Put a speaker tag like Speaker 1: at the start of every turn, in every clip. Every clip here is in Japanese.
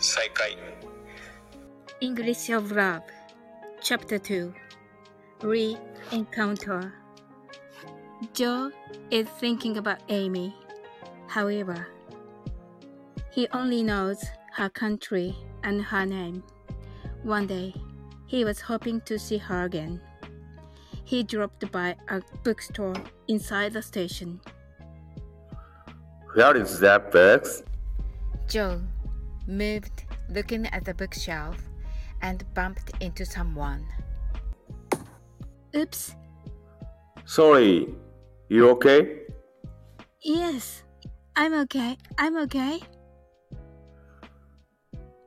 Speaker 1: 回
Speaker 2: English of Love Chapter 2 Re Encounter Joe is thinking about Amy. However, he only knows her country and her name. One day, he was hoping to see her again. He dropped by a bookstore inside the station.
Speaker 3: Where is that box?
Speaker 4: Joe moved, looking at the bookshelf, and bumped into someone.
Speaker 2: Oops,
Speaker 3: Sorry. You okay?
Speaker 2: yes, I'm okay, I'm okay.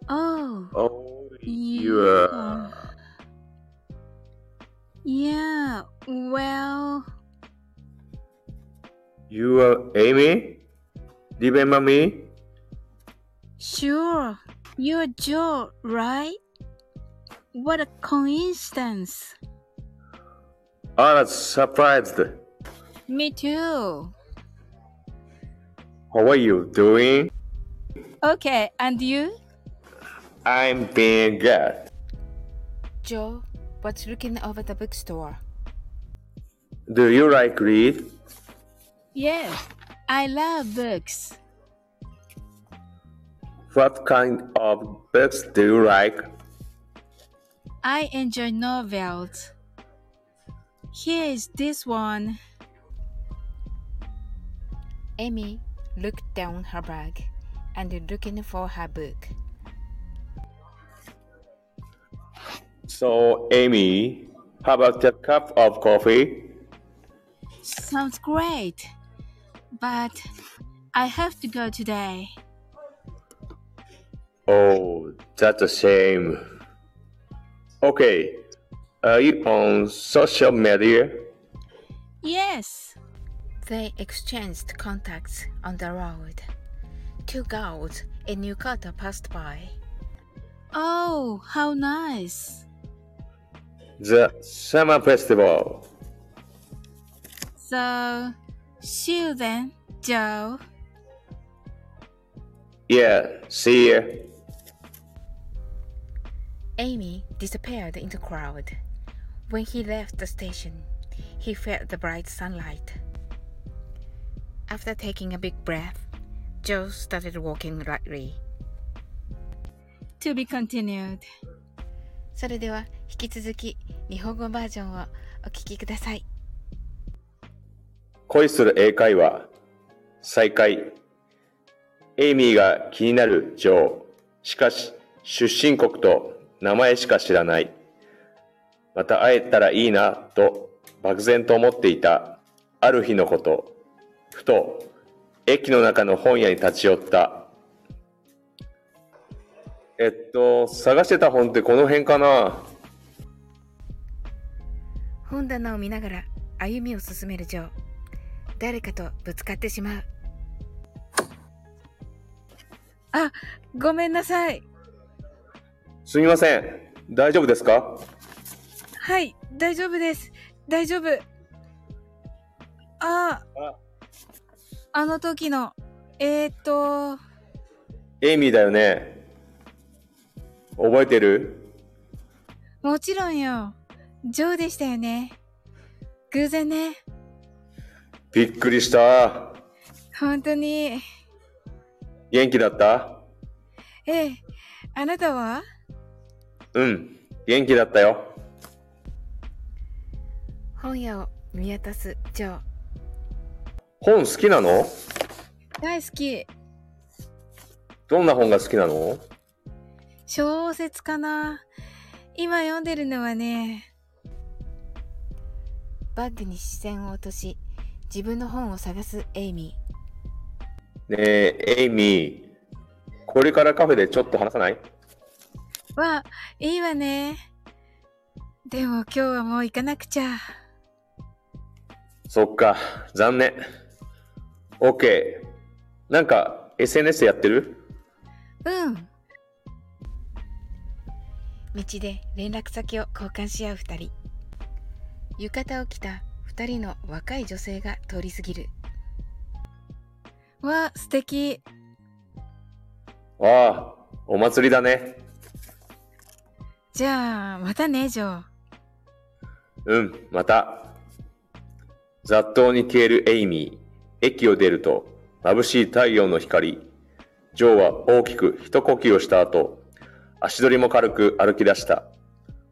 Speaker 2: Oh,
Speaker 3: Oh, you uh,
Speaker 2: yeah.
Speaker 3: are.
Speaker 2: Yeah, well,
Speaker 3: You are Amy? Remember me?
Speaker 2: sure. You're Joe, right? What a coincidence.
Speaker 3: I was surprised.
Speaker 2: Me too.
Speaker 3: How are you doing?
Speaker 2: Okay, and you?
Speaker 3: I'm being good.
Speaker 4: Joe was looking over the bookstore.
Speaker 3: Do you like read?
Speaker 2: Yes, I love books.
Speaker 3: What kind of books do you like?
Speaker 2: I enjoy novels. Here is this one.
Speaker 4: Amy looked down her bag and looking for her book.
Speaker 3: So, Amy, how about a cup of coffee?
Speaker 2: Sounds great. But I have to go today.
Speaker 3: Oh, that's a shame. Okay, are you on social media?
Speaker 2: Yes.
Speaker 4: They exchanged contacts on the road. Two girls in New York passed by.
Speaker 2: Oh, how nice.
Speaker 3: The summer festival.
Speaker 2: So, see you then, Joe.
Speaker 3: Yeah, see ya.
Speaker 4: Amy disappeared in the crowd. When he left the station, he felt the bright sunlight. After taking a big breath, Joe started walking lightly.
Speaker 2: To be continued.
Speaker 4: それでは引き続き日本語バージョンをお聞きください。
Speaker 3: 恋する英会話再開エイミーが気になる女王しかし出身国と名前しか知らないまた会えたらいいなと漠然と思っていたある日のことふと駅の中の本屋に立ち寄ったえっと探してた本ってこの辺かな
Speaker 4: 本棚を見ながら歩みを進めるジョー。誰かとぶつかってしまう。あ、ごめんなさい。
Speaker 3: すみません大丈夫ですか
Speaker 4: はい、大丈夫です。大丈夫。
Speaker 3: あ
Speaker 2: ああの時のえー、っと
Speaker 3: エイミーだよね覚えてる
Speaker 2: もちろんよジョーでしたよね偶然ね
Speaker 3: びっくりした。
Speaker 2: 本当に
Speaker 3: 元気だった
Speaker 2: ええあなたは
Speaker 3: うん、元気だったよ。
Speaker 4: 本屋を見渡すジョー。
Speaker 3: 本好きなの
Speaker 2: 大好き
Speaker 3: どんな本が好きなの
Speaker 2: 小説かな今読んでるのはね
Speaker 4: バッグに視線を落とし、自分の本を探すエイミー。
Speaker 3: ねえ、エイミー、これからカフェでちょっと話さない
Speaker 2: わいいわねでも今日はもう行かなくちゃ
Speaker 3: そっか、残念。OK。なんか、SNS やってる
Speaker 2: うん
Speaker 4: 道で連絡先を交換し合う二人。浴衣を着た二人の若い女性が通り過ぎる。
Speaker 2: わ素敵
Speaker 3: ああ、お祭りだね。
Speaker 4: じゃあ、またね、ジョー。
Speaker 3: うん、また。雑踏に消えるエイミー。駅を出ると、眩しい太陽の光。ジョーは大きく一呼吸をした後、足取りも軽く歩き出した。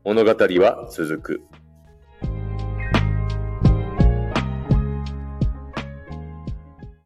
Speaker 3: 物語は続く。